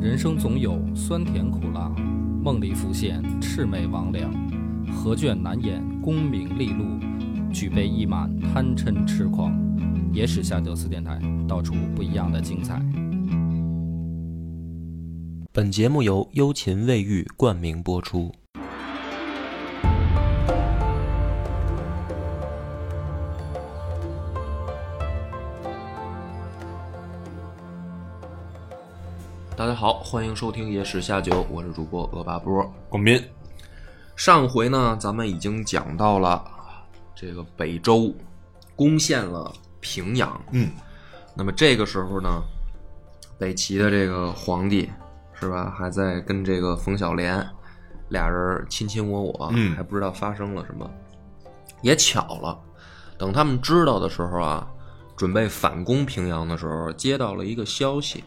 人生总有酸甜苦辣，梦里浮现魑魅魍魉，何卷难掩功名利禄，举杯一满贪嗔痴狂。野史下酒四电台，道出不一样的精彩。本节目由优琴卫浴冠名播出。大家好，欢迎收听《野史下酒》，我是主播恶霸波。广斌，上回呢，咱们已经讲到了这个北周攻陷了平阳，嗯，那么这个时候呢，北齐的这个皇帝是吧，还在跟这个冯小莲俩人亲亲我我，嗯还不知道发生了什么。也巧了，等他们知道的时候啊，准备反攻平阳的时候，接到了一个消息，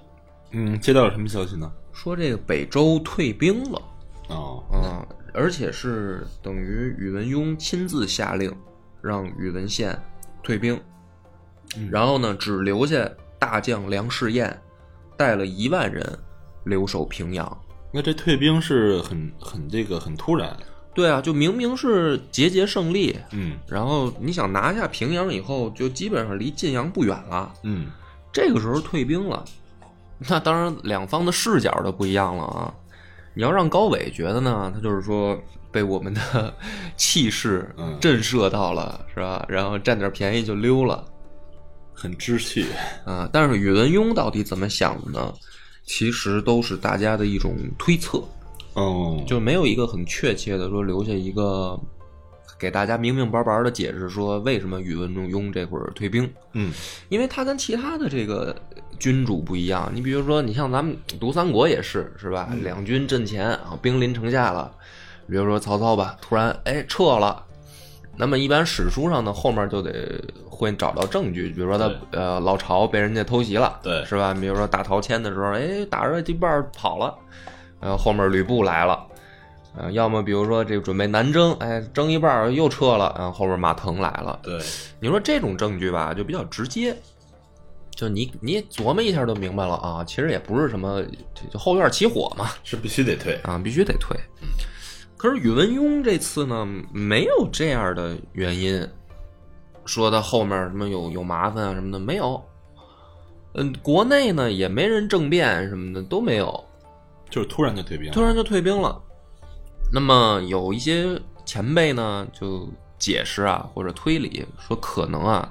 嗯，接到了什么消息呢？说这个北周退兵了。哦，啊，而且是等于宇文邕亲自下令让宇文宪退兵，然后呢，只留下大将梁士彦带了一万人留守平阳。那这退兵是很很这个很突然，对啊，就明明是节节胜利，嗯然后你想拿下平阳以后，就基本上离晋阳不远了。嗯，这个时候退兵了， 那当然两方的视角都不一样了啊。你要让高伟觉得呢，他就是说被我们的 气势嗯震慑到了，是吧？然后占点便宜就溜了很知趣，啊。但是宇文邕到底怎么想的呢？其实都是大家的一种推测，哦，就没有一个很确切的说留下一个给大家明明白白的解释，说为什么宇文邕这会儿退兵。嗯因为他跟其他的这个君主不一样。你比如说，你像咱们读三国也是，是吧？嗯两军阵前啊，兵临城下了。比如说曹操吧，突然哎撤了，那么一般史书上呢，后面就得会找到证据，比如说他对呃老巢被人家偷袭了，对是吧？比如说打陶谦的时候，哎打着一半儿跑了，呃后面吕布来了。呃，要么比如说这准备南征，哎，征一半儿又撤了，呃然后后面马腾来了，对，你说这种证据吧，就比较直接，就你你琢磨一下就明白了啊。其实也不是什么就就后院起火嘛，是必须得退，啊，必须得退。可是宇文邕这次呢，没有这样的原因，说他后面什么有有麻烦啊什么的没有。嗯，国内呢也没人政变什么的都没有，就是突然就退兵，突然就退兵了。那么有一些前辈呢，就解释啊，或者推理说，可能啊，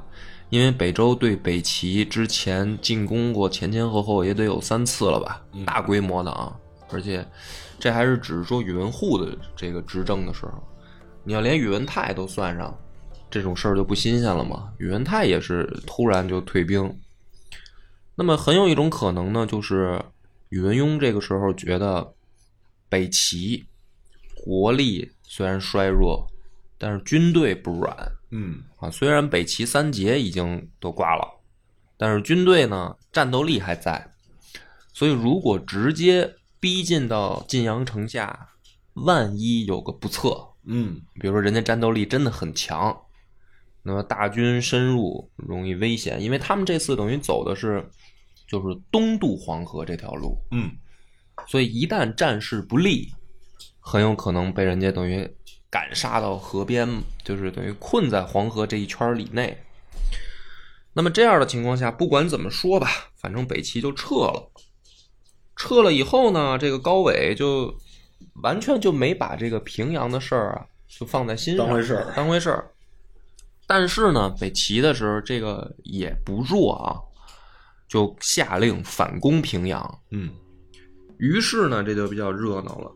因为北周对北齐之前进攻过前前后后也得有三次了吧，大规模的啊，而且这还是只是说宇文护的这个执政的时候，你要连宇文泰都算上，这种事儿就不新鲜了嘛。宇文泰也是突然就退兵，那么很有一种可能呢，就是呃宇文邕这个时候觉得北齐国力虽然衰弱，但是军队不软嗯啊。虽然北齐三杰已经都挂了，但是军队呢战斗力还在，所以如果直接逼近到晋阳城下，万一有个不测，嗯，比如说人家战斗力真的很强，那么大军深入容易危险，因为他们这次等于走的是就是东渡黄河这条路，嗯，所以一旦战事不利，很有可能被人家等于赶杀到河边，就是等于困在黄河这一圈儿里内。那么这样的情况下，不管怎么说吧，反正北齐就撤了。撤了以后呢，这个高伟就完全就没把这个平阳的事儿啊，就放在心上，当回事儿当回事儿。但是呢，北齐的时候这个也不弱啊，就下令反攻平阳。嗯，于是呢，这就比较热闹了。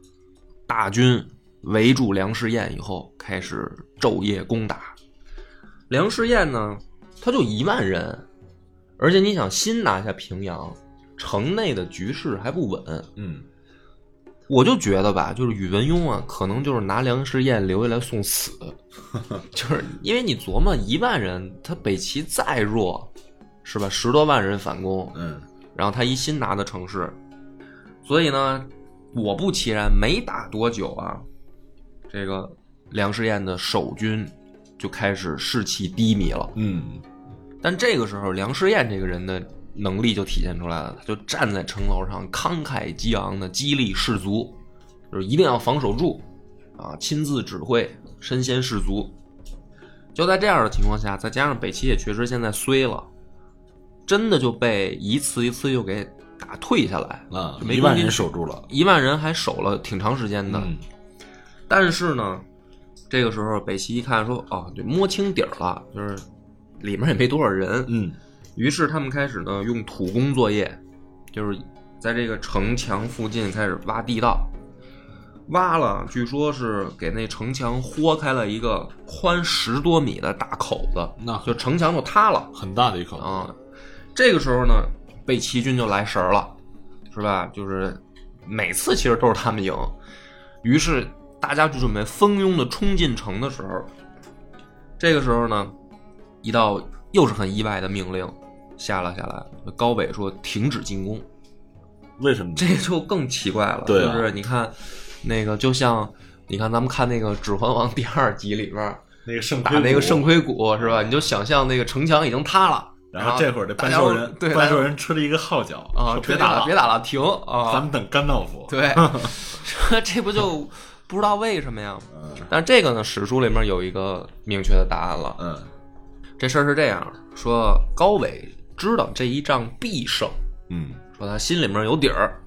大军围住梁士彦以后，开始昼夜攻打。梁士彦呢，他就一万人，而且你想新拿下平阳，城内的局势还不稳。嗯，我就觉得吧，就是宇文邕啊，可能就是拿梁士彦留下来送死，就是因为你琢磨一万人，他北齐再弱，是吧？十多万人反攻，嗯，然后他一新拿的城市，所以呢，果不其然，没打多久啊，这个梁士彦的守军就开始士气低迷了。嗯，但这个时候，梁士彦这个人的能力就体现出来了，他就站在城楼上，慷慨激昂的激励士卒，就是一定要防守住，啊，亲自指挥，身先士卒。就在这样的情况下，再加上北齐也确实现在衰了，真的就被一次一次又给打退下来，啊，就没一万攻人进守住了，一万人还守了挺长时间的。嗯但是呢，这个时候北齐一看说，哦，对，摸清底儿了，就是里面也没多少人，嗯于是他们开始呢用土工作业，就是在这个城墙附近开始挖地道，挖了，据说是给那城墙豁开了一个宽十多米的大口子，那就城墙就塌了很大的一口啊。这个时候呢，被齐军就来神儿了，是吧？就是每次其实都是他们赢，于是大家就准备蜂拥的冲进城的时候，这个时候呢，一道又是很意外的命令下了下来，高伟说停止进攻，为什么？这就更奇怪了，对啊就是你看那个就像你看咱们看那个《指环王》第二集里边儿那个圣打那个圣盔谷是吧？你就想象那个城墙已经塌了，然后这会儿这半兽人，啊大家对半兽人吃了一个号角啊，说别别打了，别打了，停啊！咱们等甘道夫。 对，这不就不知道为什么呀？嗯但这个呢，史书里面有一个明确的答案了。嗯这事儿是这样说：高伟知道这一仗必胜，嗯说他心里面有底儿。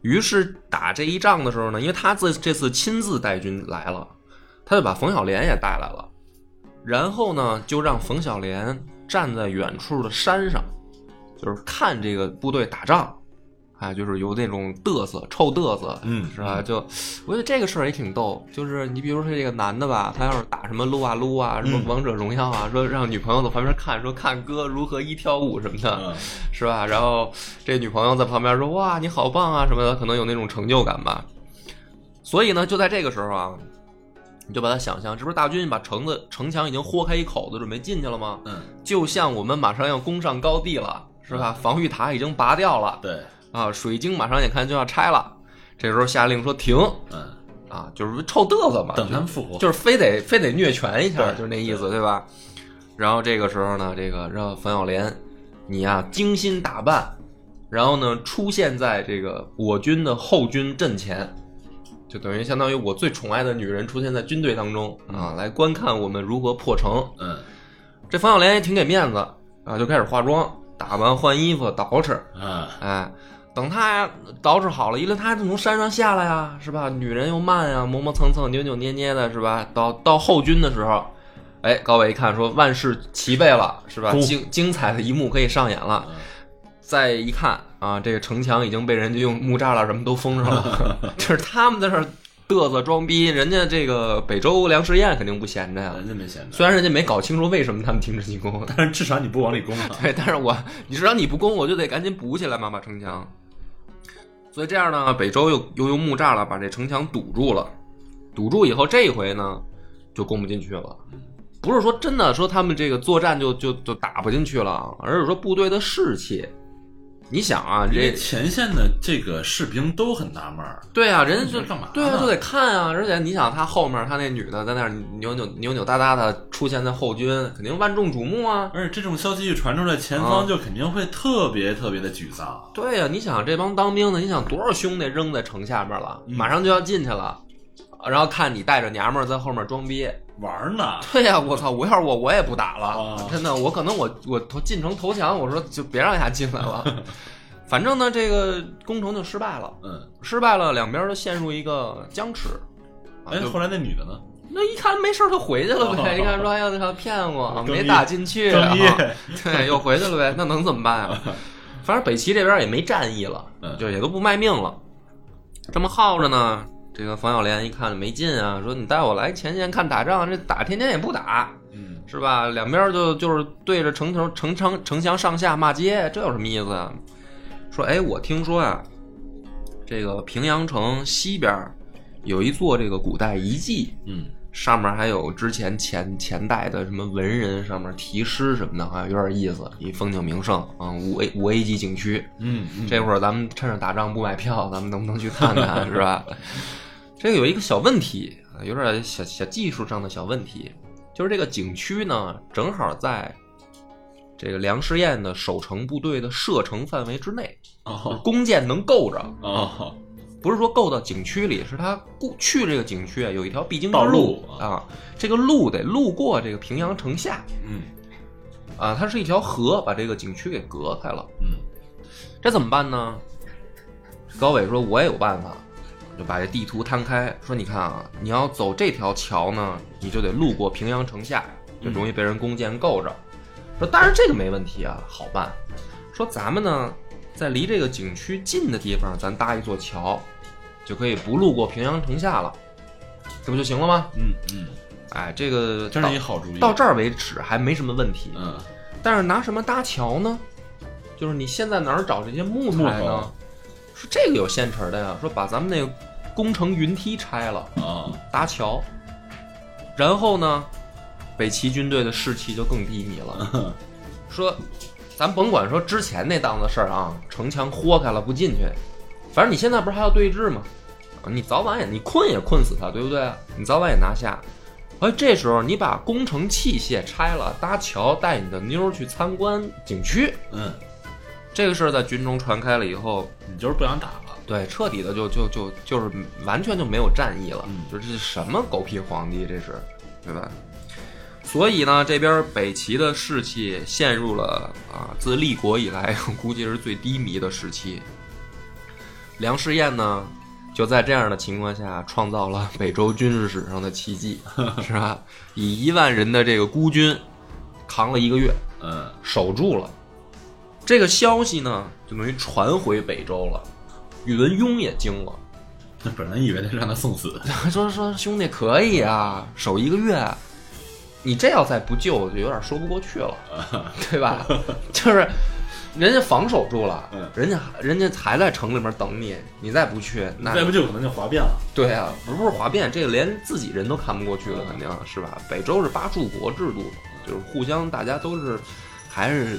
于是打这一仗的时候呢，因为他自这次亲自带军来了，他就把冯小莲也带来了，然后呢，就让冯小莲站在远处的山上，就是看这个部队打仗，哎，就是有那种嘚瑟、臭嘚瑟，嗯是吧？就我觉得这个事儿也挺逗，就是你比如说这个男的吧，他要是打什么撸啊撸啊，什么嗯王者荣耀啊，说让女朋友在旁边看，说看哥如何一挑五什么的，嗯是吧？然后这女朋友在旁边说：“哇，你好棒啊！”什么的，可能有那种成就感吧。所以呢，就在这个时候啊，你就把它想象，这不是大军把城子城墙已经豁开一口子，准备进去了吗？嗯，就像我们马上要攻上高地了，是吧？防御塔已经拔掉了对，啊，水晶马上眼看就要拆了。这时候下令说停嗯，啊，就是臭嘚瑟嘛，等他就们复活。就是非得非得虐拳一下，对就是那意思，对吧？然后这个时候呢，这个让冯小莲，你呀、精心打扮，然后呢出现在这个我军的后军阵前，就等于相当于我最宠爱的女人出现在军队当中啊，来观看我们如何破城。嗯这冯小莲也挺给面子啊，就开始化妆、打扮、换衣服、捯饬，啊哎，等他捯饬好了，一轮他从山上下来呀，是吧？女人又慢呀，磨磨蹭蹭、扭扭捏捏的，是吧？到到后军的时候，哎，高伟一看说万事齐备了，是吧？哦精精彩的一幕可以上演了。再一看啊，这个城墙已经被人家用木栅栏什么都封上了，就是他们在这儿嘚瑟装逼，人家这个北周粮食宴肯定不闲着呀。人家没闲着，虽然人家没搞清楚为什么他们停止进攻，但是至少你不往里攻 啊。 对，但是我你知道你不攻，我就得赶紧补起来嘛，把城墙。所以这样呢，北周又又用木栅了，把这城墙堵住了。堵住以后，这一回呢，就攻不进去了。不是说真的说他们这个作战就就就打不进去了啊，而是说部队的士气。你想啊，因这为前线的这个士兵都很纳闷儿，对啊，人家就你干嘛呢对啊，就得看啊。而且你想，他后面他那女的在那儿扭扭扭扭哒哒的出现在后军，肯定万众瞩目啊。而且这种消息一传出来，前方就肯定会特别特别的沮丧。对呀、你想这帮当兵的，你想多少兄弟扔在城下面了，嗯马上就要进去了，然后看你带着娘们儿在后面装逼。玩儿呢，对呀、我操！我要是我，我也不打了，啊真的，我可能我我投进城投降，我说就别让人家进来 了。反正呢，这个攻城就失败了，嗯，失败了，两边就陷入一个僵持。啊哎，就后来那女的呢？那一看没事儿就回去了 呗，哦一看说哎呀，那个骗我，更衣没打进去，更衣啊对，又回去了呗，那能怎么办 啊？反正北齐这边也没战意了，嗯就也都不卖命了，这么耗着呢。这个冯小莲一看没劲啊，说你带我来前线看打仗，这打天天也不打，嗯是吧？两边就就是对着城头城城城墙上下骂街，这有什么意思啊？说，哎，我听说啊，这个平阳城西边儿有一座这个古代遗迹，嗯上面还有之前前前代的什么文人上面题诗什么的，好像有点意思，一风景名胜啊，五 A 五 A 级景区。嗯嗯，这会儿咱们趁着打仗不买票，咱们能不能去看 看，是吧？这个有一个小问题，啊有点小小技术上的小问题，就是这个景区呢，正好在这个梁士燕的守城部队的射程范围之内，就是哦弓箭能够着， 哦，不是说够到景区里，是他过去这个景区啊，有一条必经之道路啊，这个路得路过这个平阳城下嗯啊，它是一条河，把这个景区给隔开了。嗯这怎么办呢？高伟说我也有办法，就把这地图摊开，说你看啊，你要走这条桥呢，你就得路过平阳城下，就容易被人弓箭够着。说当然这个没问题啊，好办。说咱们呢，在离这个景区近的地方，咱搭一座桥，就可以不路过平阳城下了，这不就行了吗？嗯嗯，哎，这个真是一好主意。到到这儿为止还没什么问题。嗯但是拿什么搭桥呢？就是你现在哪儿找这些木材木呢头？说这个有现成的呀，说把咱们那个工程云梯拆了啊搭桥，然后呢，北齐军队的士气就更低迷了。说，咱甭管说之前那档子事儿啊，城墙豁开了不进去，反正你现在不是还要对峙吗？啊你早晚也你困也困死他，对不对？啊你早晚也拿下。哎，这时候你把工程器械拆了，搭桥，带你的妞儿去参观景区。嗯，这个事儿在军中传开了以后，你就是不想打了。对，彻底的就就就就是完全就没有战意了，嗯就是这什么狗屁皇帝这是，对吧？所以呢，这边北齐的士气陷入了啊，自立国以来， 我估计是最低迷的时期。梁士燕呢，就在这样的情况下，创造了北周军事史上的奇迹，是吧？以一万人的这个孤军，扛了一个月，嗯守住了。这个消息呢，就等于传回北周了。宇文邕也惊了， 本来以为他让他送死。说说兄弟可以啊，守一个月，你这要再不救，就有点说不过去 了，对吧？就是人家防守住了嗯，人家人家还在城里面等你，你再不去，那再不就可能就哗变了。对啊，不是哗变，这个连自己人都看不过去了，肯定是吧？北周是八柱国制度，就是互相大家都是还是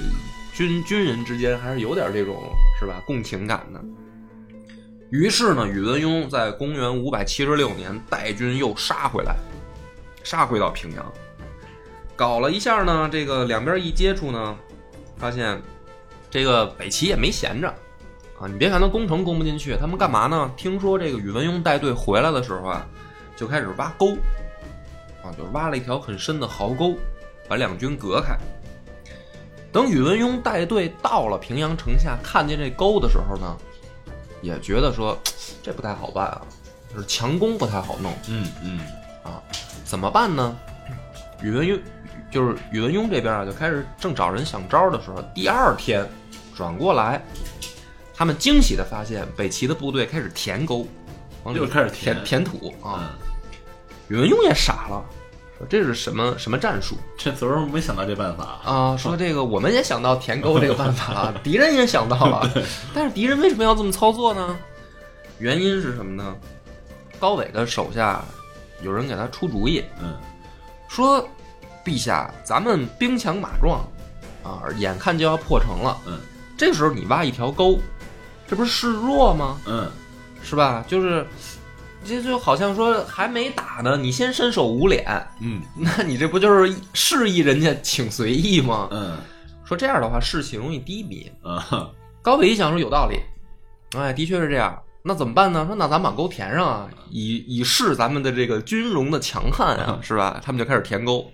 军军人之间还是有点这种是吧共情感的。于是呢，宇文邕在公元五百七十六年带军又杀回来，杀回到平阳，搞了一下呢，这个两边一接触呢，发现这个北齐也没闲着，啊，你别看他工程攻不进去，他们干嘛呢？听说这个宇文邕带队回来的时候啊，就开始挖沟，啊，就是挖了一条很深的壕沟，把两军隔开。等宇文邕带队到了平阳城下，看见这沟的时候呢，也觉得说这不太好办啊，就是强攻不太好弄，嗯嗯怎么办呢？宇文邕就是宇文邕这边啊，就开始正找人想招的时候，第二天转过来，他们惊喜的发现北齐的部队开始填沟，往里又开始填填填土啊！嗯，宇文邕也傻了，说这是什么什么战术这昨儿没想到这办法。啊？说这个我们也想到填沟这个办法 了，敌人也想到了，但是敌人为什么要这么操作呢？原因是什么呢？高伟的手下有人给他出主意，嗯说：“陛下，咱们兵强马壮啊，眼看就要破城了。嗯这时候你挖一条沟，这不是示弱吗？嗯是吧？就是，这就好像说还没打呢，你先伸手捂脸，嗯那你这不就是示意人家请随意吗？嗯说这样的话士气容易低迷。啊高伟一想说有道理，哎，的确是这样。”那怎么办呢？说那咱把沟填上啊，以以示咱们的这个军容的强悍啊，是吧？他们就开始填沟，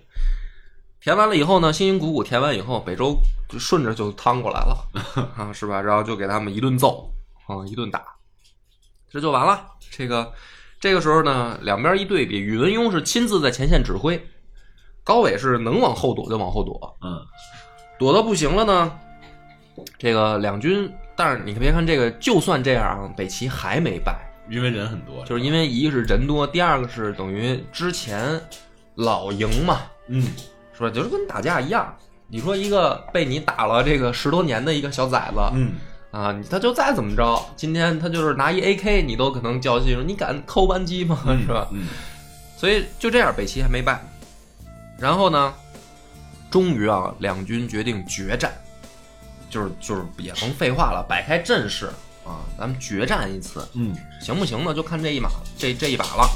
填完了以后呢，辛辛苦苦填完以后，北周就顺着就趟过来了啊，是吧？然后就给他们一顿揍啊，一顿打，这就完了。这个这个时候呢，两边一对比，宇文邕是亲自在前线指挥，高伟是能往后躲就往后躲，嗯躲到不行了呢，这个两军，但是你别看这个，就算这样啊，北齐还没败，因为人很多，就是因为为一个是人多，第二个是等于之前老赢嘛，嗯是吧？就是跟打架一样，你说一个被你打了这个十多年的一个小崽子，嗯啊，你他就再怎么着，今天他就是拿一 AK，你都可能较劲，说你敢扣扳机吗？ 是吧？嗯所以就这样，北齐还没败。然后呢，终于啊，两军决定决战，就是就是也甭废话了，摆开阵势啊，咱们决战一次，嗯行不行呢？就看这一马这这一把了。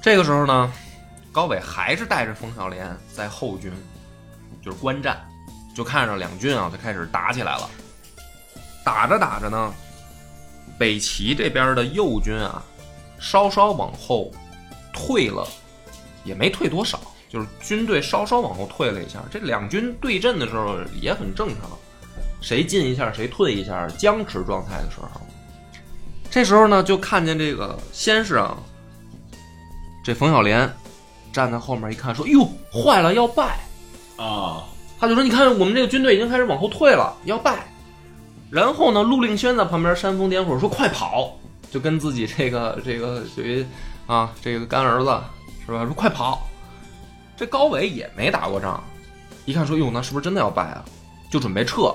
这个时候呢，高伟还是带着冯小莲在后军，就是观战，就看着两军啊就开始打起来了。打着打着呢，北齐这边的右军啊，稍稍往后退了，也没退多少，就是军队稍稍往后退了一下。这两军对阵的时候也很正常，谁进一下谁退一下，僵持状态的时候，这时候呢就看见这个先是啊，这冯小莲站在后面一看说：“哟，坏了，要败！”啊，他就说：“你看，我们这个军队已经开始往后退了，要败。”然后呢，陆令轩在旁边煽风点火说：“快跑！”就跟自己这个这个属于啊这个干儿子是吧？说快跑！这高伟也没打过仗，一看说：“哟，那是不是真的要败啊？”就准备撤，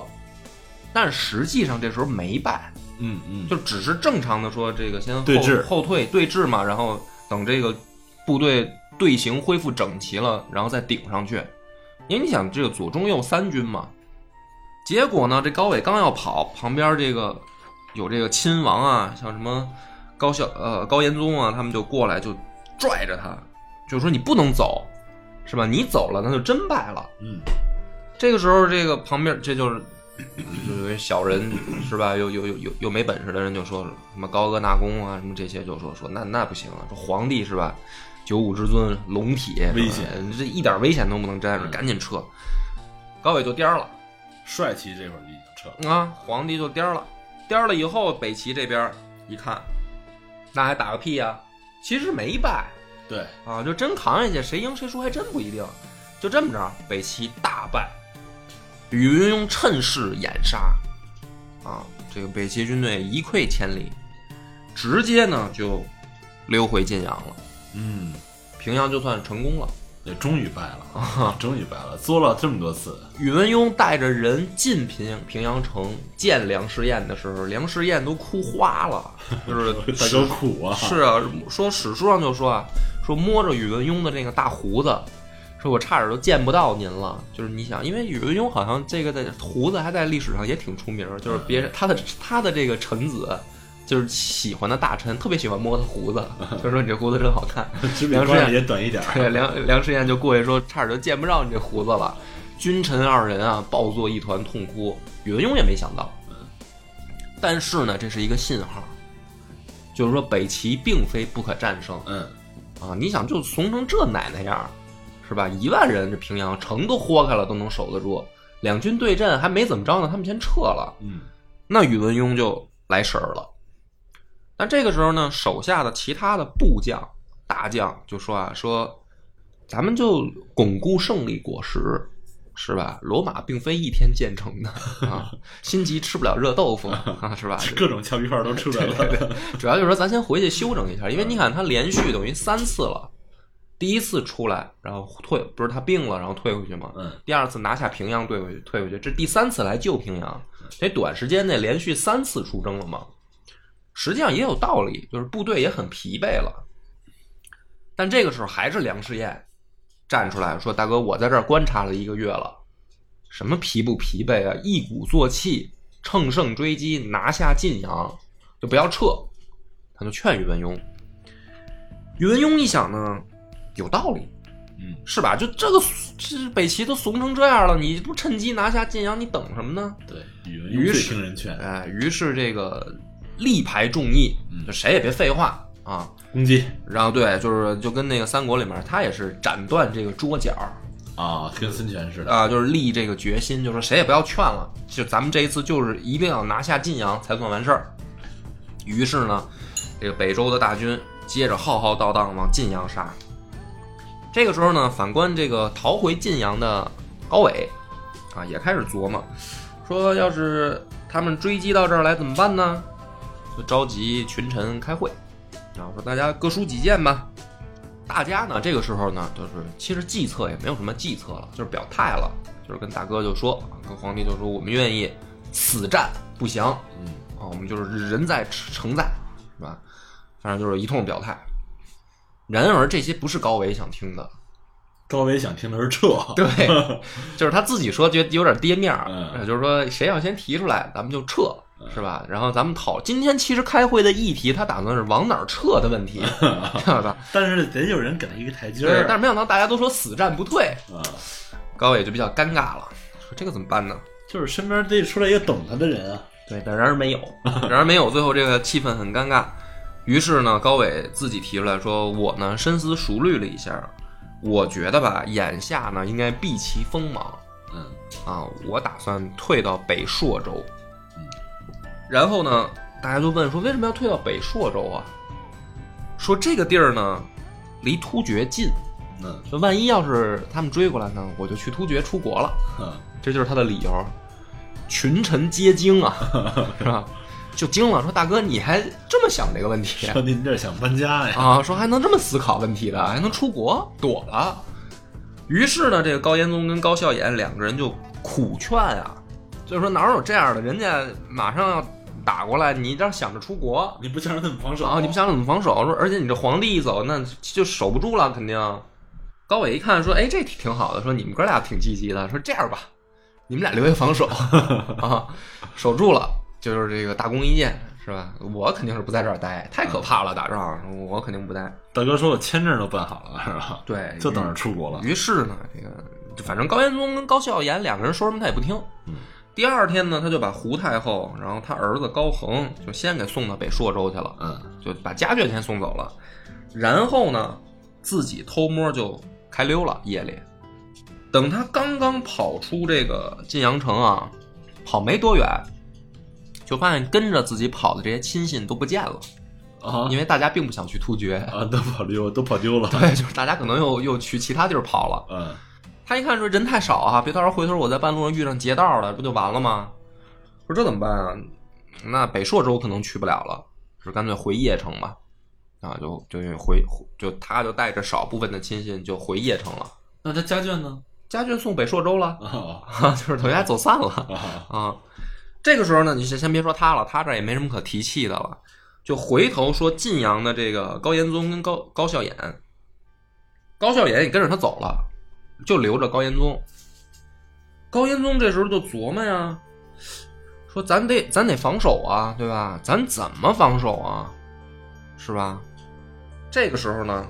但是实际上这时候没败，嗯嗯，就只是正常的说这个先后对峙后退对峙嘛，然后等这个部队队形恢复整齐了，然后再顶上去。因为你想这个左中右三军嘛，结果呢，这高伟刚要跑，旁边这个有这个亲王啊，像什么高孝呃高延宗啊，他们就过来就拽着他，就说你不能走，是吧？你走了那就真败了。嗯，这个时候，这个旁边这就是有些小人是吧？有有有有有没本事的人就说什么高阿纳贡啊，什么这些就说说那那不行啊，说皇帝是吧？九五之尊，龙体是吧危险，嗯这一点危险都不能沾上，赶紧撤。高伟就颠儿了。帅气这会儿就已经撤了，啊，皇帝就颠儿了，颠儿了以后，北齐这边儿一看，那还打个屁呀、其实没败对，啊，就真扛下去，谁赢谁输还真不一定。就这么着，北齐大败，宇文邕趁势掩杀，啊，这个北齐军队一溃千里，直接呢就溜回晋阳了，嗯，平阳就算成功了。对，终于败了，啊、终于败了，作了这么多 次，宇文邕带着人进平平阳城见梁士燕的时候，梁士燕都哭花了，就是大哥苦啊，是啊，说史书上就说啊，说摸着宇文邕的这个大胡子，说我差点都见不到您了。就是你想，因为宇文邕好像这个在胡子还在历史上也挺出名儿，就是别人他的他的这个臣子。就是喜欢的大臣特别喜欢摸他胡子，就说你这胡子真好看。只比梁关山也短一点儿， 啊对，梁梁士燕就过去说，差点就见不着你这胡子了。君臣二人啊，抱作一团痛哭。宇文邕也没想到，但是呢，这是一个信号，就是说北齐并非不可战胜嗯，啊！你想，就怂成这奶奶样儿，是吧？一万人这平阳城都豁开了，都能守得住。两军对阵还没怎么着呢，他们先撤了。嗯，那宇文邕就来神儿了。那这个时候呢，手下的其他的部将、大将就说啊，说咱们就巩固胜利果实，是吧？罗马并非一天建成的啊， 心急吃不了热豆腐啊，是吧？各种俏皮话都出来对了，主要就是说咱先回去休整一下，因为你看他连续等于三次了，第一次出来然后退，不是他病了然后退回去吗？嗯，第二次拿下平阳，退回去，退回去，这第三次来救平阳，得短时间内连续三次出征了嘛。实际上也有道理，就是部队也很疲惫了。但这个时候还是梁士燕站出来说：“大哥，我在这儿观察了一个月了，什么疲不疲惫啊？一鼓作气，乘胜追击，拿下晋阳，就不要撤。”他就劝宇文邕。宇文邕一想呢，有道理，嗯，是吧？就这个这北齐都怂成这样了，你不趁机拿下晋阳，你等什么呢？对，宇文于邕最是听人劝，哎，于是这个力排众议，嗯就谁也别废话啊。攻击然后对，就是就跟那个三国里面，他也是斩断这个桌角啊，跟孙权似的，啊，就是立这个决心，就说谁也不要劝了，就咱们这一次就是一定要拿下晋阳才算完事儿。于是呢，这个北周的大军接着浩浩荡荡往晋阳杀。这个时候呢，反观这个逃回晋阳的高伟啊，也开始琢磨，说要是他们追击到这儿来怎么办呢？就召集群臣开会，啊，说大家各抒己见吧。大家呢，这个时候呢，就是其实计策也没有什么计策了，就是表态了，就是跟大哥就说，啊跟皇帝就说，我们愿意死战不降，嗯，啊，我们就是人在城在，是吧？反正就是一通表态。然而这些不是高伟想听 的，高伟想听的是这， 对，就是他自己说觉得有点跌面儿，嗯呃就是说谁要先提出来，咱们就撤，是吧？然后咱们讨今天其实开会的议题，他打算是往哪儿撤的问 题，知道吧？但是得有人给他一个台阶对儿，，但是没想到大家都说死战不退，啊，高伟就比较尴尬了，这个怎么办呢？就是身边得出来一个懂他的人啊。对，哎但然而 没有，然而没有，最后这个气氛很尴尬。于是呢，高伟自己提出来说：“我呢深思熟虑了一下，我觉得吧，眼下呢应该避其锋芒嗯，啊，我打算退到北朔州。”然后呢，大家就问说：“为什么要退到北朔州啊？”说这个地儿呢，离突厥近， 嗯说万一要是他们追过来呢，我就去突厥出国了。嗯这就是他的理由。群臣皆惊啊，是吧？就惊了，说大哥你还这么想这个问题啊说您这想搬家呀？啊？说还能这么思考问题的，还能出国躲了。于是呢，这个高延宗跟高孝衍两个人就苦劝啊，就是说哪有这样的，人家马上要打过来，你这想着出国，你不想让他们防守啊，你不想怎么防守？说，而且你这皇帝一走，那就守不住了，肯定。高伟一看说，哎，这挺好的，说你们哥俩挺积极的，说这样吧，你们俩留下防守 啊，守住了就是这个大功一件，是吧？我肯定是不在这儿待，太可怕了，打仗我肯定不待。大哥说我签证都办好了，是吧？对，就等着出国了。于是呢，这个反正高延宗跟高孝严两个人说什么他也不听。第二天呢，他就把胡太后，然后他儿子高恒，就先给送到北朔州去了。嗯就把家眷先送走了，然后呢，自己偷摸就开溜了夜里。等他刚刚跑出这个晋阳城啊，跑没多远，就发现跟着自己跑的这些亲信都不见了，啊因为大家并不想去突厥， 啊，都跑丢，都跑丢了。对，就是大家可能又又去其他地儿跑了。嗯他一看说人太少啊，别到时候回头我在半路上遇上劫道了，不就完了吗？说这怎么办啊？那北朔州可能去不了了，说干脆回邺城吧。啊，就就回就他就带着少部分的亲信就回邺城了，那他家眷呢？家眷送北朔州了，啊 就是等于还走散了。啊 啊。这个时候呢，你先先别说他了，他这儿也没什么可提气的了，就回头说晋阳的这个高延宗跟高高孝衍，高孝衍也跟着他走了，就留着高延宗。高延宗这时候就琢磨呀，说咱得咱得防守啊，对吧？咱怎么防守啊？是吧？这个时候呢，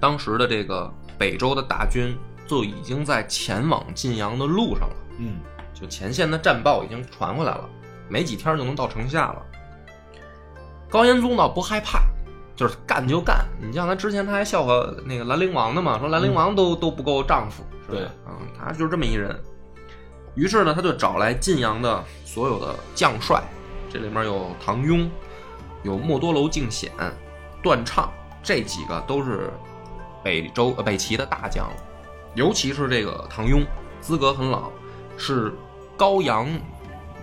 当时的这个北周的大军就已经在前往晋阳的路上了。嗯，就前线的战报已经传回来了，没几天就能到城下了。高延宗倒不害怕，就是干就干。你像他之前他还笑话那个兰陵王的嘛，说兰陵王都、都不够丈夫，是吧对嗯，他就是这么一人。于是呢，他就找来晋阳的所有的将帅，这里面有唐雍，有莫多楼敬显、段畅，这几个都是北周呃北齐的大将，尤其是这个唐雍，资格很老，是高阳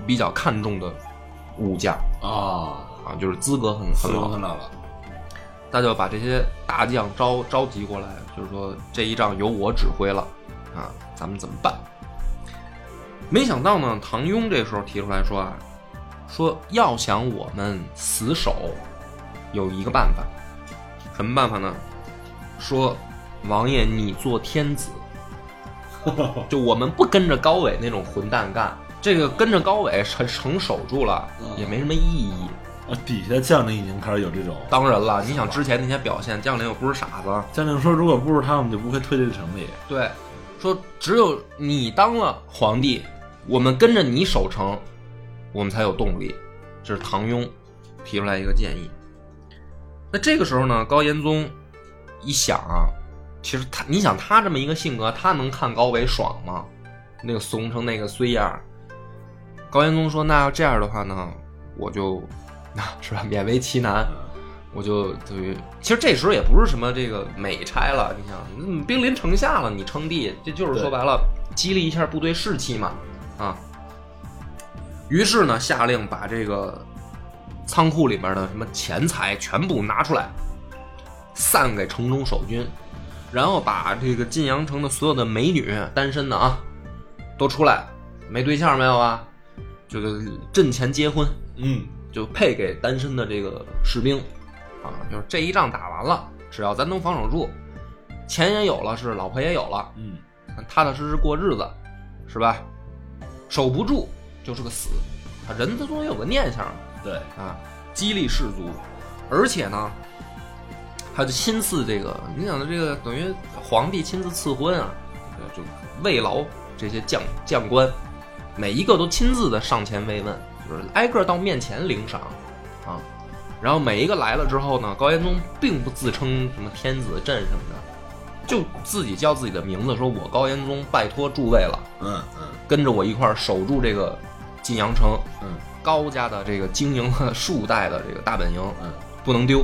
比较看重的武将啊！啊，就是资格很四很楼老看。到 了，那就把这些大将召召集过来，就是说这一仗由我指挥了啊，咱们怎么办？没想到呢，唐雍这时候提出来说啊，说要想我们死守，有一个办法，什么办法呢？说王爷你做天子，啊就我们不跟着高伟那种混蛋干，这个跟着高伟城城守住了也没什么意义。啊，底下将领已经开始有这种。当然了，你想之前那些表现，将领又不是傻子，将领说，如果不是他，我们就不会退这个城里。对，说只有你当了皇帝，我们跟着你守城，我们才有动力。这是唐雍提出来一个建议。那这个时候呢，高延宗一想啊，其实他，你想他这么一个性格，他能看高伟爽吗？那个怂成那个衰样儿。高延宗说：“那要这样的话呢，我就， 是吧，勉为其难。”嗯我就等于，其实这时候也不是什么这个美差了，你想，嗯，兵临城下了，你称帝，这就是说白了，激励一下部队士气嘛，啊。于是呢，下令把这个仓库里面的什么钱财全部拿出来，散给城中守军，然后把这个晋阳城的所有的美女单身的啊，都出来，没对象没有啊，就是阵前结婚，嗯，就配给单身的这个士兵，啊，就是这一仗打完了，只要咱能防守住，钱也有了，是老婆也有了，嗯，踏踏实实过日子，是吧？守不住就是个死，啊，人他总得有个念想对，啊，激励士卒，而且呢，他就亲自这个，你想的这个等于皇帝亲自赐婚啊，就慰劳这些将将官，每一个都亲自的上前慰问，就是挨个到面前领赏啊。然后每一个来了之后呢，高延宗并不自称什么天子朕什么的，就自己叫自己的名字，说我高延宗拜托诸位了，嗯嗯跟着我一块儿守住这个晋阳城。嗯高家的这个经营了数代的这个大本营，嗯，不能丢，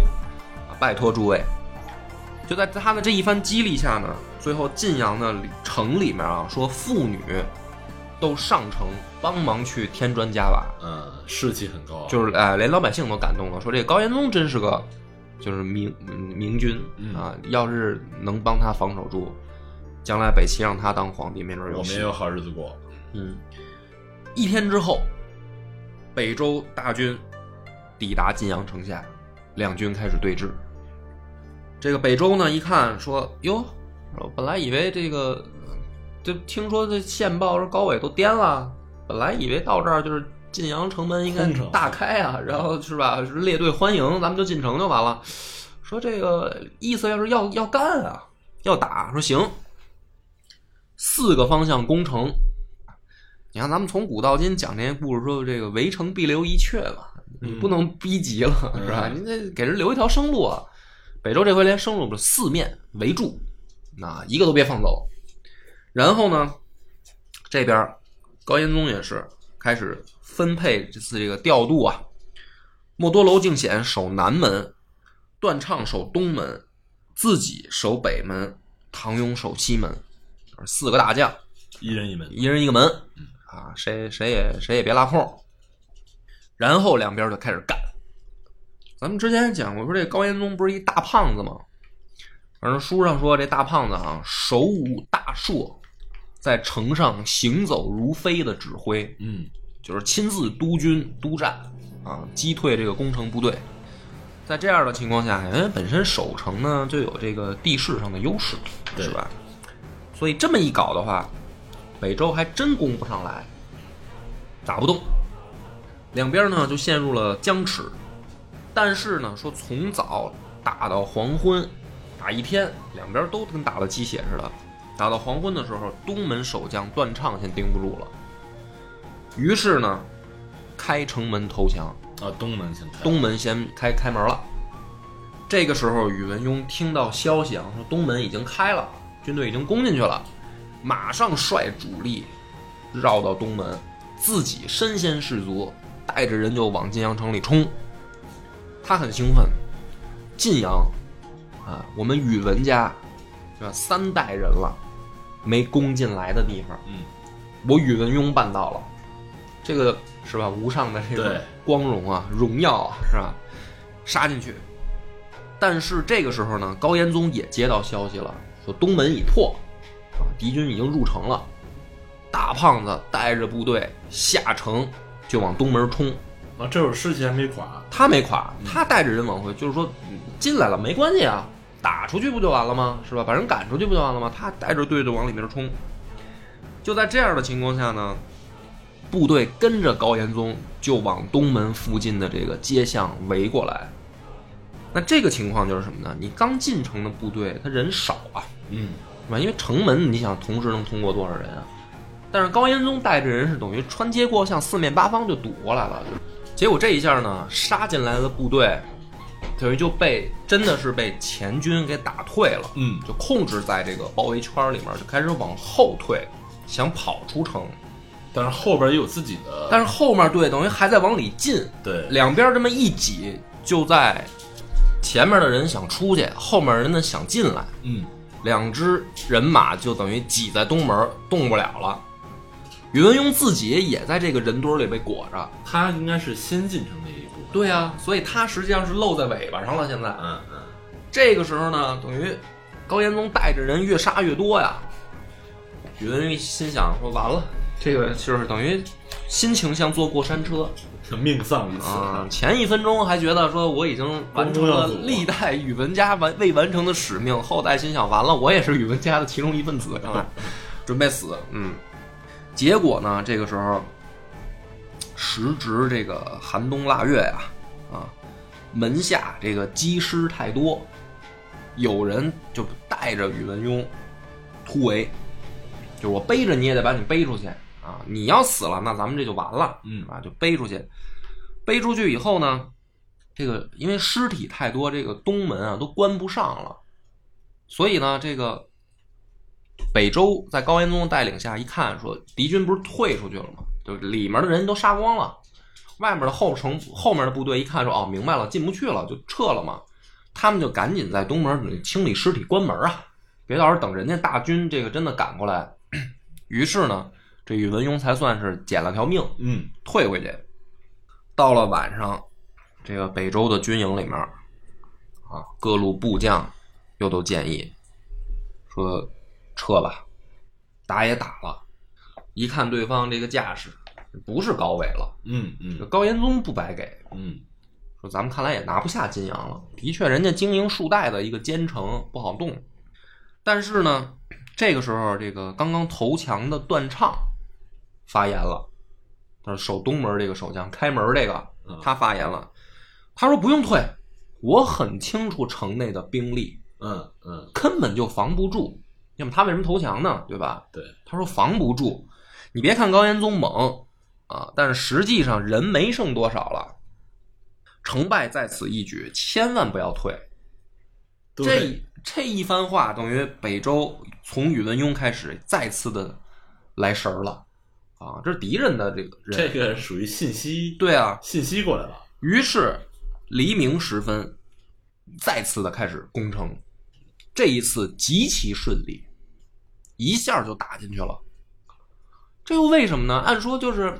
啊拜托诸位。就在他的这一番激励下呢，最后晋阳的城里面啊，说妇女都上城帮忙去添砖加瓦，嗯，士气很高，就是呃，连老百姓都感动了，说这高延宗真是个就是明嗯明君嗯啊，要是能帮他防守住，将来北齐让他当皇帝，没准儿有我们戏也有好日子过。嗯，一天之后，北周大军抵达晋阳城下，两军开始对峙。这个北周呢，一看说：“哟，我本来以为这个，就听说这线报说高纬都颠了，本来以为到这儿就是晋阳城门应该空城大开啊，然后是吧，是列队欢迎，咱们就进城就完了。”说这个意思要是要要干啊，要打，说行，四个方向攻城。你看，咱们从古到今讲这些故事，说这个围城必留一阙吧，嗯你嗯不能逼急了，是吧？你得给人留一条生路啊。北周这回连生路都四面围住，那一个都别放走。然后呢，这边高延宗也是开始分配这次这个调度啊，莫多楼敬显守南门，段畅守东门，自己守北门，唐雍守西门，四个大将。一人一门，一人一个门，啊，谁谁也谁也别拉空。然后两边就开始干。咱们之前讲过，说这高延宗不是一大胖子吗？反正书上说这大胖子啊，手舞大槊，在城上行走如飞的指挥，嗯，就是亲自督军督战啊，击退这个攻城部队。在这样的情况下，因为本身守城呢就有这个地势上的优势，对是吧？所以这么一搞的话，北周还真攻不上来，打不动。两边呢就陷入了僵持，但是呢说从早打到黄昏，打一天，两边都跟打了鸡血似的。打到黄昏的时候，东门守将段畅先盯不住了，于是呢，开城门投降，啊，东门先开，东门先开开门了。这个时候，宇文邕听到消息啊，说东门已经开了，军队已经攻进去了，马上率主力绕到东门，自己身先士卒，带着人就往晋阳城里冲。他很兴奋，晋阳啊，我们宇文家是吧，三代人了，没攻进来的地方，嗯，我宇文邕办到了，这个是吧？无上的这对个光荣啊，荣耀啊，是吧？杀进去。但是这个时候呢，高延宗也接到消息了，说东门已破，啊，敌军已经入城了。大胖子带着部队下城就往东门冲，啊，这会儿士气还没垮，他没垮，他带着人往回，就是说嗯进来了没关系啊，打出去不就完了吗？是吧？把人赶出去不就完了吗？他带着队就往里面冲。就在这样的情况下呢，部队跟着高延宗就往东门附近的这个街巷围过来。那这个情况就是什么呢？你刚进城的部队，他人少啊，嗯，是吧？因为城门，你想同时能通过多少人啊？但是高延宗带着人是等于穿街过巷，四面八方就堵过来了。结果这一下呢，杀进来的部队等于就被真的是被前军给打退了，嗯，就控制在这个包围圈里面，就开始往后退，想跑出城。但是后边也有自己的，但是是后面队等于还在往里进，对，两边这么一挤，就在前面的人想出去，后面人呢想进来，嗯，两支人马就等于挤在东门动不了了。宇文邕自己也在这个人堆里被裹着，他应该是先进城的一部分，对啊，所以他实际上是露在尾巴上了。现在嗯嗯，这个时候呢，等于高延宗带着人越杀越多呀。宇文邕心想说：“完了，这个就是等于心情像坐过山车， 命丧于此。啊，前一分钟还觉得说我已经完成了历代宇文家完未完成的使命，后代心想完了，我也是宇文家的其中一份子，刚才 准备死，嗯。结果呢，这个时候时值这个寒冬腊月呀、啊，门下这个积尸太多，有人就带着宇文邕突围，就我背着你也得把你背出去啊！你要死了，那咱们这就完了，嗯啊，就背出去。背出去以后呢，这个因为尸体太多，这个东门啊都关不上了，所以呢，这个北周在高延宗的带领下，一看说敌军不是退出去了吗？就里面的人都杀光了，外面的后城后面的部队一看说哦，明白了，进不去了，就撤了嘛。他们就赶紧在东门里清理尸体，关门啊，别到时候等人家大军这个真的赶过来。 于是呢，这宇文邕才算是捡了条命，嗯，退回去。到了晚上，这个北周的军营里面，啊，各路部将又都建议说撤吧，打也打了。一看对方这个架势，不是高纬了，嗯这嗯高延宗不白给，嗯说咱们看来也拿不下金阳了。的确，人家经营数代的一个奸城不好动。但是呢，这个时候这个刚刚投降的段畅发言了，他说守东门这个守将开门这个嗯他发言了，他说不用退，我很清楚城内的兵力嗯嗯，根本就防不住。要么他为什么投降呢？对吧？对，他说防不住。你别看高延宗猛啊，但是实际上人没剩多少了，成败在此一举，千万不要退。这对一这一番话，等于北周从宇文邕开始再次的来神儿了啊！这是敌人的这个人，这个属于信息，对啊。信息过来了，于是黎明时分，再次的开始攻城，这一次极其顺利，一下就打进去了。这又为什么呢？按说就是。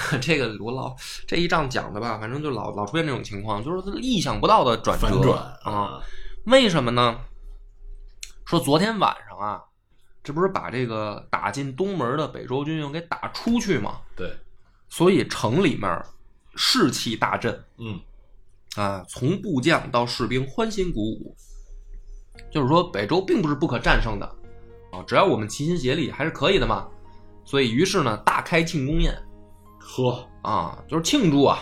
这个我老这一仗讲的吧，反正就老老出现这种情况，就是意想不到的转折反转啊、，为什么呢？说昨天晚上啊，这不是把这个打进东门的北周军营给打出去吗？对，所以城里面士气大振嗯啊，从部将到士兵欢欣鼓舞。就是说，北周并不是不可战胜的啊，只要我们齐心协力，还是可以的嘛。所以，于是呢，大开庆功宴呵，啊，就是庆祝啊。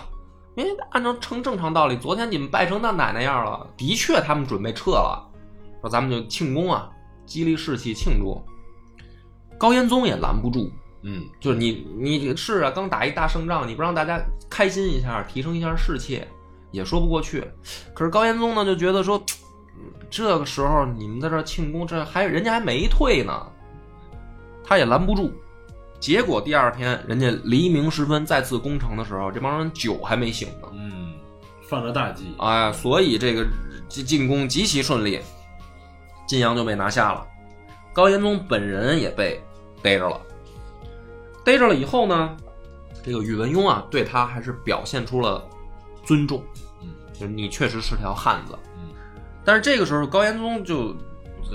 因为按照成正常道理，昨天你们败成那奶奶样了，的确他们准备撤了，说咱们就庆功啊，激励士气，庆祝。高延宗也拦不住，嗯就是你你是啊，刚打一大胜仗，你不让大家开心一下，提升一下士气，也说不过去。可是高延宗呢，就觉得说，嗯这个时候你们在这儿庆功，这还人家还没退呢，他也拦不住。结果第二天，人家黎明时分再次攻城的时候，这帮人酒还没醒呢。嗯，犯了大忌，哎，所以这个进进攻极其顺利，晋阳就被拿下了。高延宗本人也被逮着了，逮着了以后呢，这个宇文邕啊，对他还是表现出了尊重，嗯，就是你确实是条汉子，嗯，但是这个时候高延宗就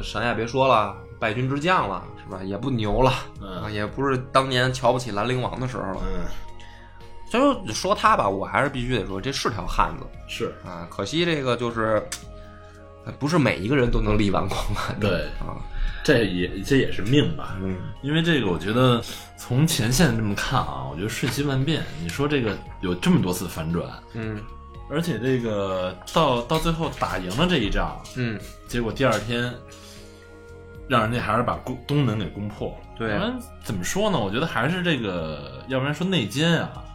什也别说了，败军之将了，是吧？也不牛了，啊，嗯也不是当年瞧不起兰陵王的时候了。嗯，所以说他吧，我还是必须得说，这是条汉子，是啊，可惜这个就是，呃不是每一个人都能力挽狂澜的对，啊，这也这也是命吧，嗯，因为这个，我觉得从前线这么看啊，我觉得瞬息万变。你说这个有这么多次反转，嗯而且这个到到最后打赢了这一仗，嗯，结果第二天让人家还是把攻东门给攻破了。对啊要不然怎么说呢？我觉得还是这个，要不然说内奸啊，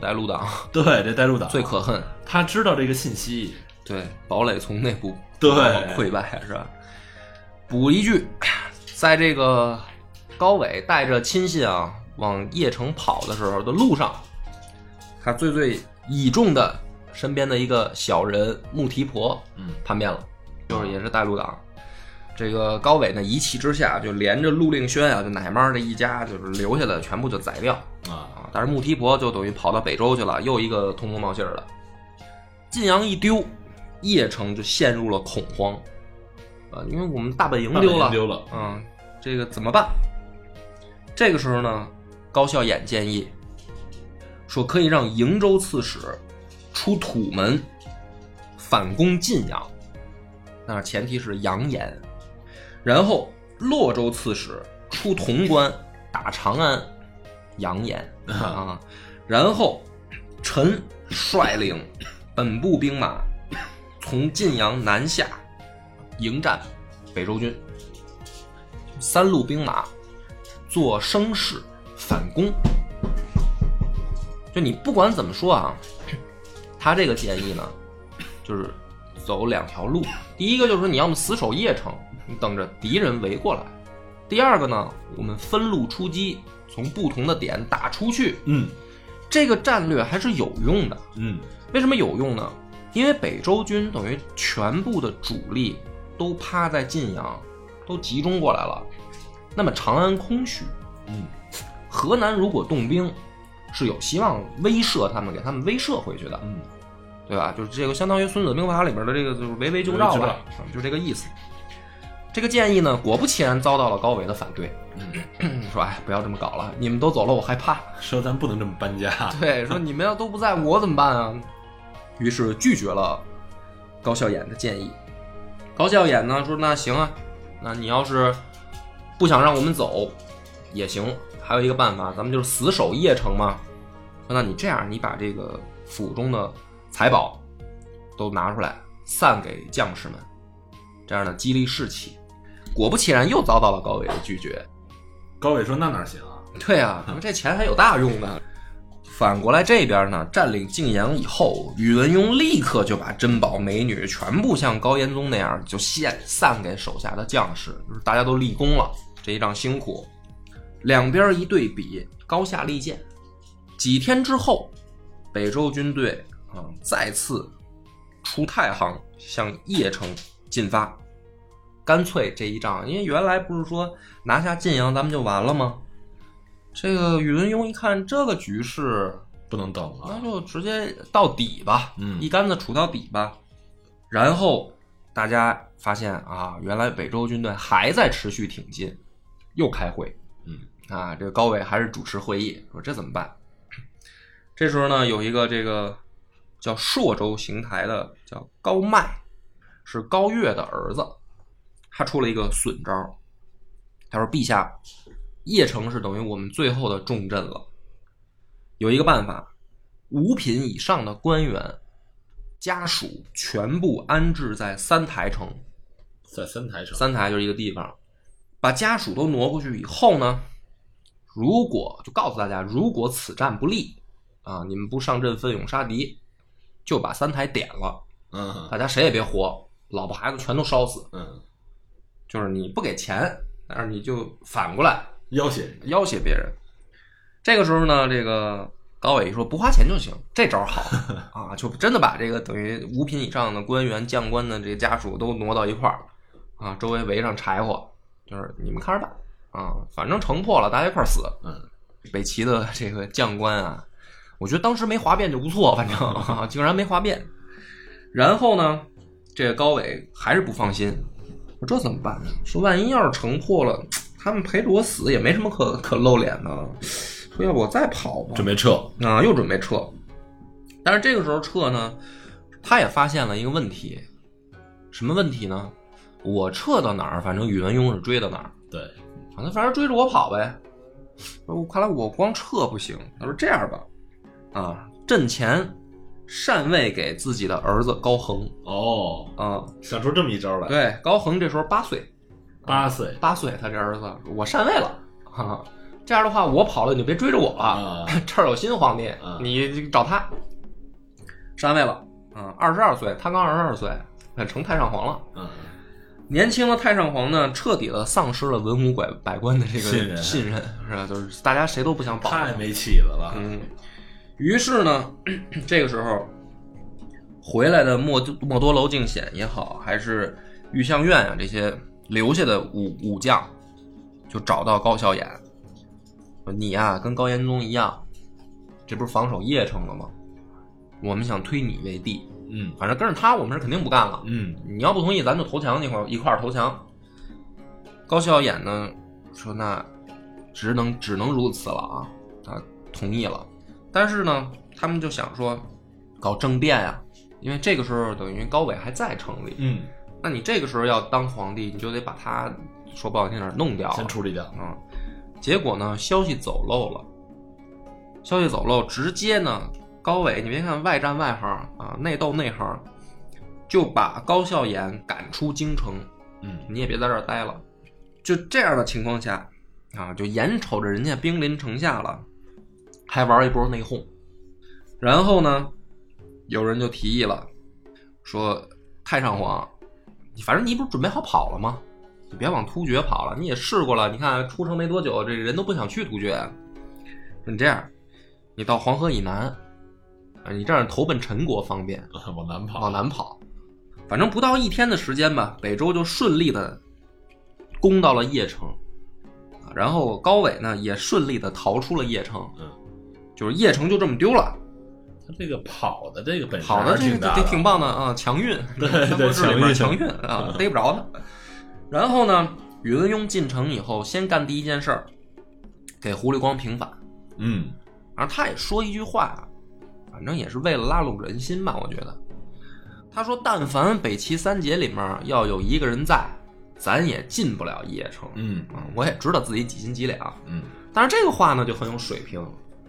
来路党对，这带路党最可恨，他知道这个信息，对，堡垒从内部对溃败是吧？补一句，在这个高伟带着亲信啊往邺城跑的时候的路上，他最最倚重的身边的一个小人穆提婆，嗯，叛变了，就是也是带路党。这个高伟呢，一气之下就连着陆令轩啊，就奶妈的一家就是留下的全部就宰掉啊，啊。但是穆提婆就等于跑到北周去了，又一个通风报信儿的。晋阳一丢，邺城就陷入了恐慌，啊，因为我们大本营丢了，丢了，嗯，这个怎么办？这个时候呢，高孝衍建议说，可以让瀛州刺史出土门反攻晋阳，那前提是扬言，然后洛州刺史出潼关打长安，扬言啊，然后臣率领本部兵马从晋阳南下迎战北周军。三路兵马做声势反攻。就你不管怎么说啊，他这个建议呢，就是走两条路。第一个就是说你要么死守邺城，你等着敌人围过来；第二个呢，我们分路出击，从不同的点打出去。嗯这个战略还是有用的。嗯为什么有用呢？因为北周军等于全部的主力都趴在晋阳，都集中过来了，那么长安空虚。嗯，河南如果动兵，是有希望威慑他们，给他们威慑回去的，嗯对吧？就是这个相当于《孙子兵法》里面的这个就是围魏救赵围魏救吧，嗯就这个意思。这个建议呢，果不其然遭到了高伟的反对，嗯 说：“哎，不要这么搞了，你们都走了，我害怕。”说咱不能这么搬家。对，说你们要都不在，我怎么办啊？于是拒绝了高笑衍的建议。高笑衍呢说：“那行啊，那你要是不想让我们走也行，还有一个办法，咱们就是死守邺城嘛。说那你这样，你把这个府中的财宝都拿出来散给将士们，这样呢激励士气。”果不其然，又遭到了高伟的拒绝。高伟说那哪行啊？对啊，你说这钱还有大用呢。反过来这边呢，占领晋阳以后，宇文邕立刻就把珍宝美女全部像高延宗那样就献散给手下的将士，就是大家都立功了，这一仗辛苦。两边一对比，高下立见。几天之后，北周军队啊、再次出太行，向邺城进发。干脆这一仗，因为原来不是说拿下晋阳咱们就完了吗？这个宇文邕一看这个局势，不能等那啊了。就直接到底吧，嗯一竿子杵到底吧。然后大家发现啊，原来北周军队还在持续挺进，又开会，嗯，啊，这个高伟还是主持会议，说这怎么办？这时候呢，有一个这个叫朔州邢台的叫高迈，是高岳的儿子，他出了一个损招儿，他说：“陛下，邺城是等于我们最后的重镇了，有一个办法，五品以上的官员家属全部安置在三台城，在三台上，三台就是一个地方，把家属都挪过去以后呢，如果就告诉大家，如果此战不利啊，你们不上阵奋勇杀敌，就把三台点了，嗯大家谁也别活，老婆孩子全都烧死。嗯，就是你不给钱，但是你就反过来要挟人家。要挟别人。这个时候呢，这个高伟说不花钱就行，这招好啊，就真的把这个等于五品以上的官员、将官的这个家属都挪到一块儿啊，周围围上柴火，就是你们看着办啊，反正城破了，大家一块儿死。嗯，北齐的这个将官啊，我觉得当时没哗变就不错，反正、啊、竟然没哗变。然后呢，这个高伟还是不放心，我这怎么办啊？说万一要是城破了，他们陪着我死也没什么可可露脸的了。说要不我再跑吧，准备撤。啊，又准备撤。但是这个时候撤呢，他也发现了一个问题，什么问题呢？我撤到哪儿，反正宇文邕是追到哪儿，对，啊，他反正追着我跑呗。我看来我光撤不行。他说这样吧，啊，阵前禅位给自己的儿子高恒哦，啊，想出这么一招来。对，高恒这时候八岁，八岁八岁，他这儿子我禅位了，哈、哈，这样的话我跑了你就别追着我了，啊， 这儿有新皇帝啊，你找他。禅位了，啊，二十二岁，他刚二十二岁，成太上皇了。嗯，年轻的太上皇呢，彻底的丧失了文武百百官的这个信任信任是吧？就是大家谁都不想保。太没起子了。嗯，于是呢， 这个时候回来的莫莫多楼敬显也好，还是玉相院啊这些留下的武武将，就找到高笑衍，说你呀、跟高延宗一样，这不是防守邺城了吗？我们想推你为帝，嗯反正跟着他我们是肯定不干了。嗯你要不同意，咱就投降，一块儿一块儿投降。高笑衍呢说那只能只能如此了啊，他同意了。但是呢，他们就想说搞政变呀、因为这个时候等于高伟还在城里，嗯，那你这个时候要当皇帝，你就得把他说不好听点儿弄掉了，先处理掉。啊。结果呢，消息走漏了，消息走漏，直接呢，高伟，你别看外战外行啊，内斗内行，就把高笑衍赶出京城，嗯你也别在这儿待了。就这样的情况下，啊，就眼瞅着人家兵临城下了，还玩一波内讧。然后呢，有人就提议了，说太上皇，你反正你不是准备好跑了吗？你别往突厥跑了，你也试过了，你看出城没多久，这人都不想去突厥。说你这样，你到黄河以南，啊，你这样投奔陈国方便，往南嗯跑，往南跑。反正不到一天的时间吧，北周就顺利的攻到了邺城，啊然后高纬呢也顺利的逃出了邺城，嗯，就是邺城就这么丢了。他这个跑的这个本事好的，还这是个大得的，挺棒的啊，强运， 对 三国对志里面强强运运 啊，逮不着他。然后呢，宇文邕进城以后，先干第一件事儿，给胡律光平反。嗯，而他也说一句话，啊反正也是为了拉拢人心吧，我觉得。他说：“但凡北齐三杰里面要有一个人在，咱也进不了邺城。”嗯啊，我也知道自己几斤几两，啊嗯，但是这个话呢就很有水平。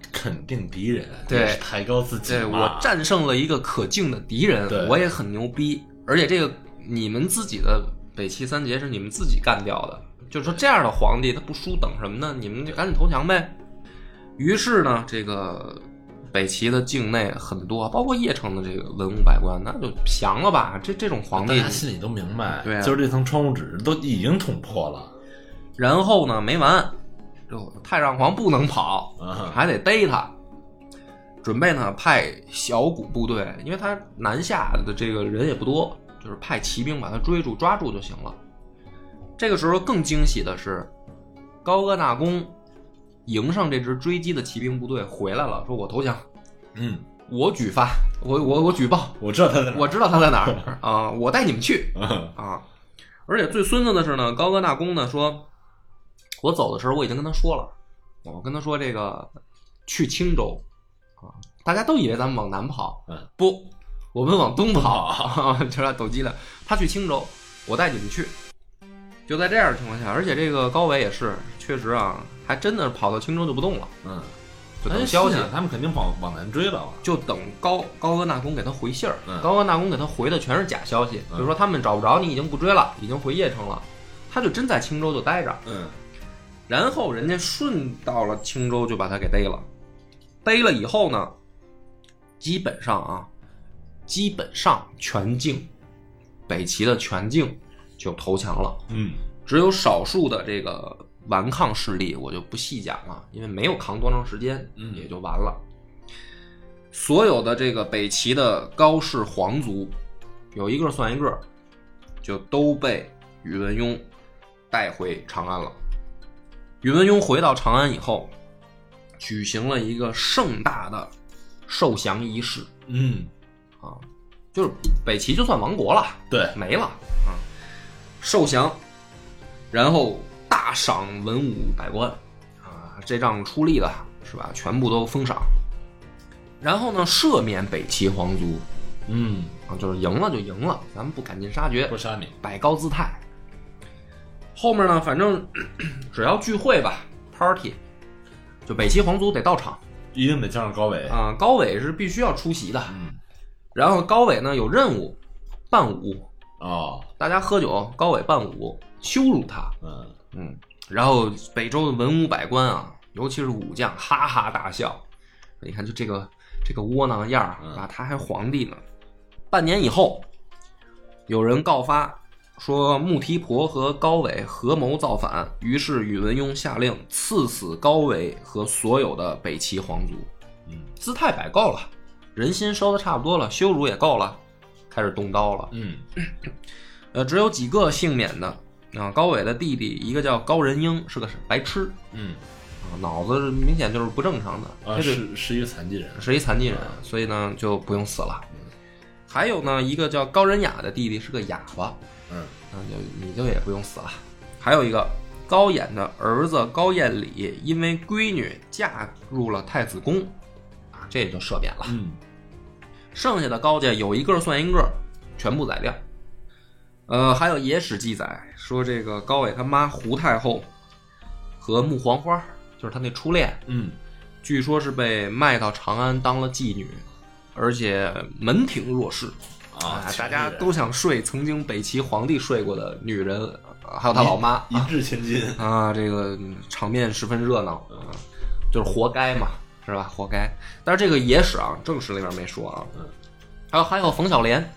肯定敌人，对也是抬高自己对嘛我战胜了一个可敬的敌人对，我也很牛逼。而且这个你们自己的北齐三杰是你们自己干掉的，就是说这样的皇帝他不输等什么呢？你们就赶紧投降呗。于是呢，这个北齐的境内很多，包括邺城的这个文武百官，那就降了吧。这这种皇大帝家，心里都明白，对啊就是这层窗户纸都已经捅破了，然后呢没完，就太上皇不能跑，啊还得逮他。准备呢派小股部队，因为他南下的这个人也不多，就是派骑兵把他追住抓住就行了。这个时候更惊喜的是，高阿纳公迎上这支追击的骑兵部队回来了，说我投降，嗯，我举发，我我我举报，我知道他在哪儿，嗯我知道他在哪儿 啊、我带你们去啊。而且最孙子的是呢，高阿纳公呢说，我走的时候我已经跟他说了，我跟他说这个去青州啊，大家都以为咱们往南跑，嗯哦不，我们往东 跑，啊就是抖机灵。他去青州，我带你们去。就在这样的情况下，而且这个高伟也是，确实啊，还真的跑到青州就不动了，嗯，就哎等消息心。想他们肯定往往南追了，就等高高阿纳公给他回信儿，嗯高阿纳公给他回的全是假消息，嗯就说他们找不着你，已经不追了，已经回邺城了。他就真在青州就待着，嗯然后人家顺到了青州就把他给逮了，逮了以后呢，基本上啊，基本上全境，北齐的全境就投降了，嗯，只有少数的这个顽抗势力，我就不细讲了，因为没有扛多长时间，嗯也就完了。所有的这个北齐的高氏皇族，有一个算一个，就都被宇文邕带回长安了。宇文邕回到长安以后，举行了一个盛大的受降仪式，嗯，啊，就是北齐就算亡国了。对，没了啊，受降，然后大赏文武百官啊，这仗出力的是吧？全部都封赏，然后呢，赦免北齐皇族嗯，啊，就是赢了就赢了，咱们不赶尽杀绝不，杀你，摆高姿态。后面呢，反正 只要聚会吧，party，就北齐皇族得到场一定得叫上高伟，啊，高伟是必须要出席的。嗯，然后高伟呢有任务，伴舞，哦，大家喝酒，高伟伴舞，羞辱他。嗯，嗯，然后北周的文武百官啊，尤其是武将，哈哈大笑。你看，就这个这个窝囊样儿嗯啊，他还皇帝呢。半年以后，有人告发说穆提婆和高伟合谋造反，于是宇文邕下令赐死高伟和所有的北齐皇族。嗯，姿态摆够了，人心收的差不多了，羞辱也够了，开始动刀了。嗯，呃，只有几个幸免的啊。高伟的弟弟，一个叫高仁英，是个白痴嗯，啊，脑子是明显就是不正常的，啊，这就是是一个残疾人，是一残疾人，所以呢就不用死了。还有呢，一个叫高仁雅的弟弟是个哑巴，嗯，那就你就也不用死了。还有一个高演的儿子高彦礼，因为闺女嫁入了太子宫，啊，这也就赦免了。嗯，剩下的高家有一个算一个，全部宰掉。呃，还有野史记载说，这个高伟他妈胡太后和穆黄花，就是他那初恋，嗯，据说是被卖到长安当了妓女，而且门庭若市。啊、啊，啊，情大欲家都想睡曾经北齐皇帝睡过的女人，啊还有他老妈一掷千金，啊，这个场面十分热闹，啊就是活该嘛，是吧？活该。但是这个野史啊，正史里边没说啊。还有还有冯小莲，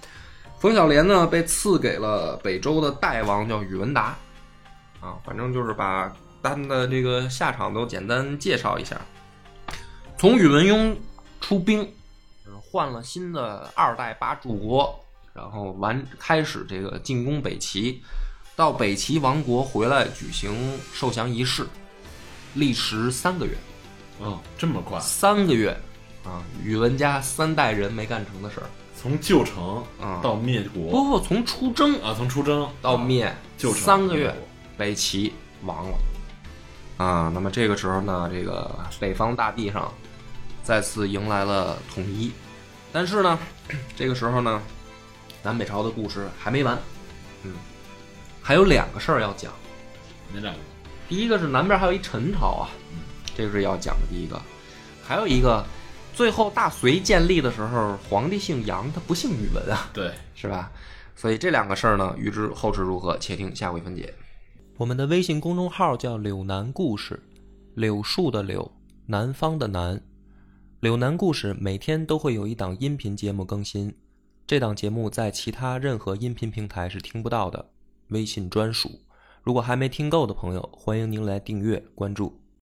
冯小莲呢被赐给了北周的代王叫宇文达，啊，反正就是把他们的这个下场都简单介绍一下。从宇文邕出兵，嗯换了新的二代八柱国，然后完开始这个进攻北齐，到北齐王国回来举行受降仪式，历时三个月，哦，这么快，三个月啊，宇文家三代人没干成的事儿。从旧城啊到灭不国不，从出征啊，从出征到灭旧城三个月，北齐亡了。啊，那么这个时候呢，这个北方大地上再次迎来了统一，但是呢，这个时候呢，南北朝的故事还没完，嗯，还有两个事儿要讲。那两个第一个是南边还有一陈朝啊，这个是要讲的第一个，还有一个，最后大隋建立的时候，皇帝姓杨，他不姓宇文啊，对，是吧？所以这两个事儿呢，预知后事如何，且听下回分解。我们的微信公众号叫“柳南故事”，柳树的柳，南方的南。柳南故事每天都会有一档音频节目更新，这档节目在其他任何音频平台是听不到的，微信专属。如果还没听够的朋友，欢迎您来订阅关注。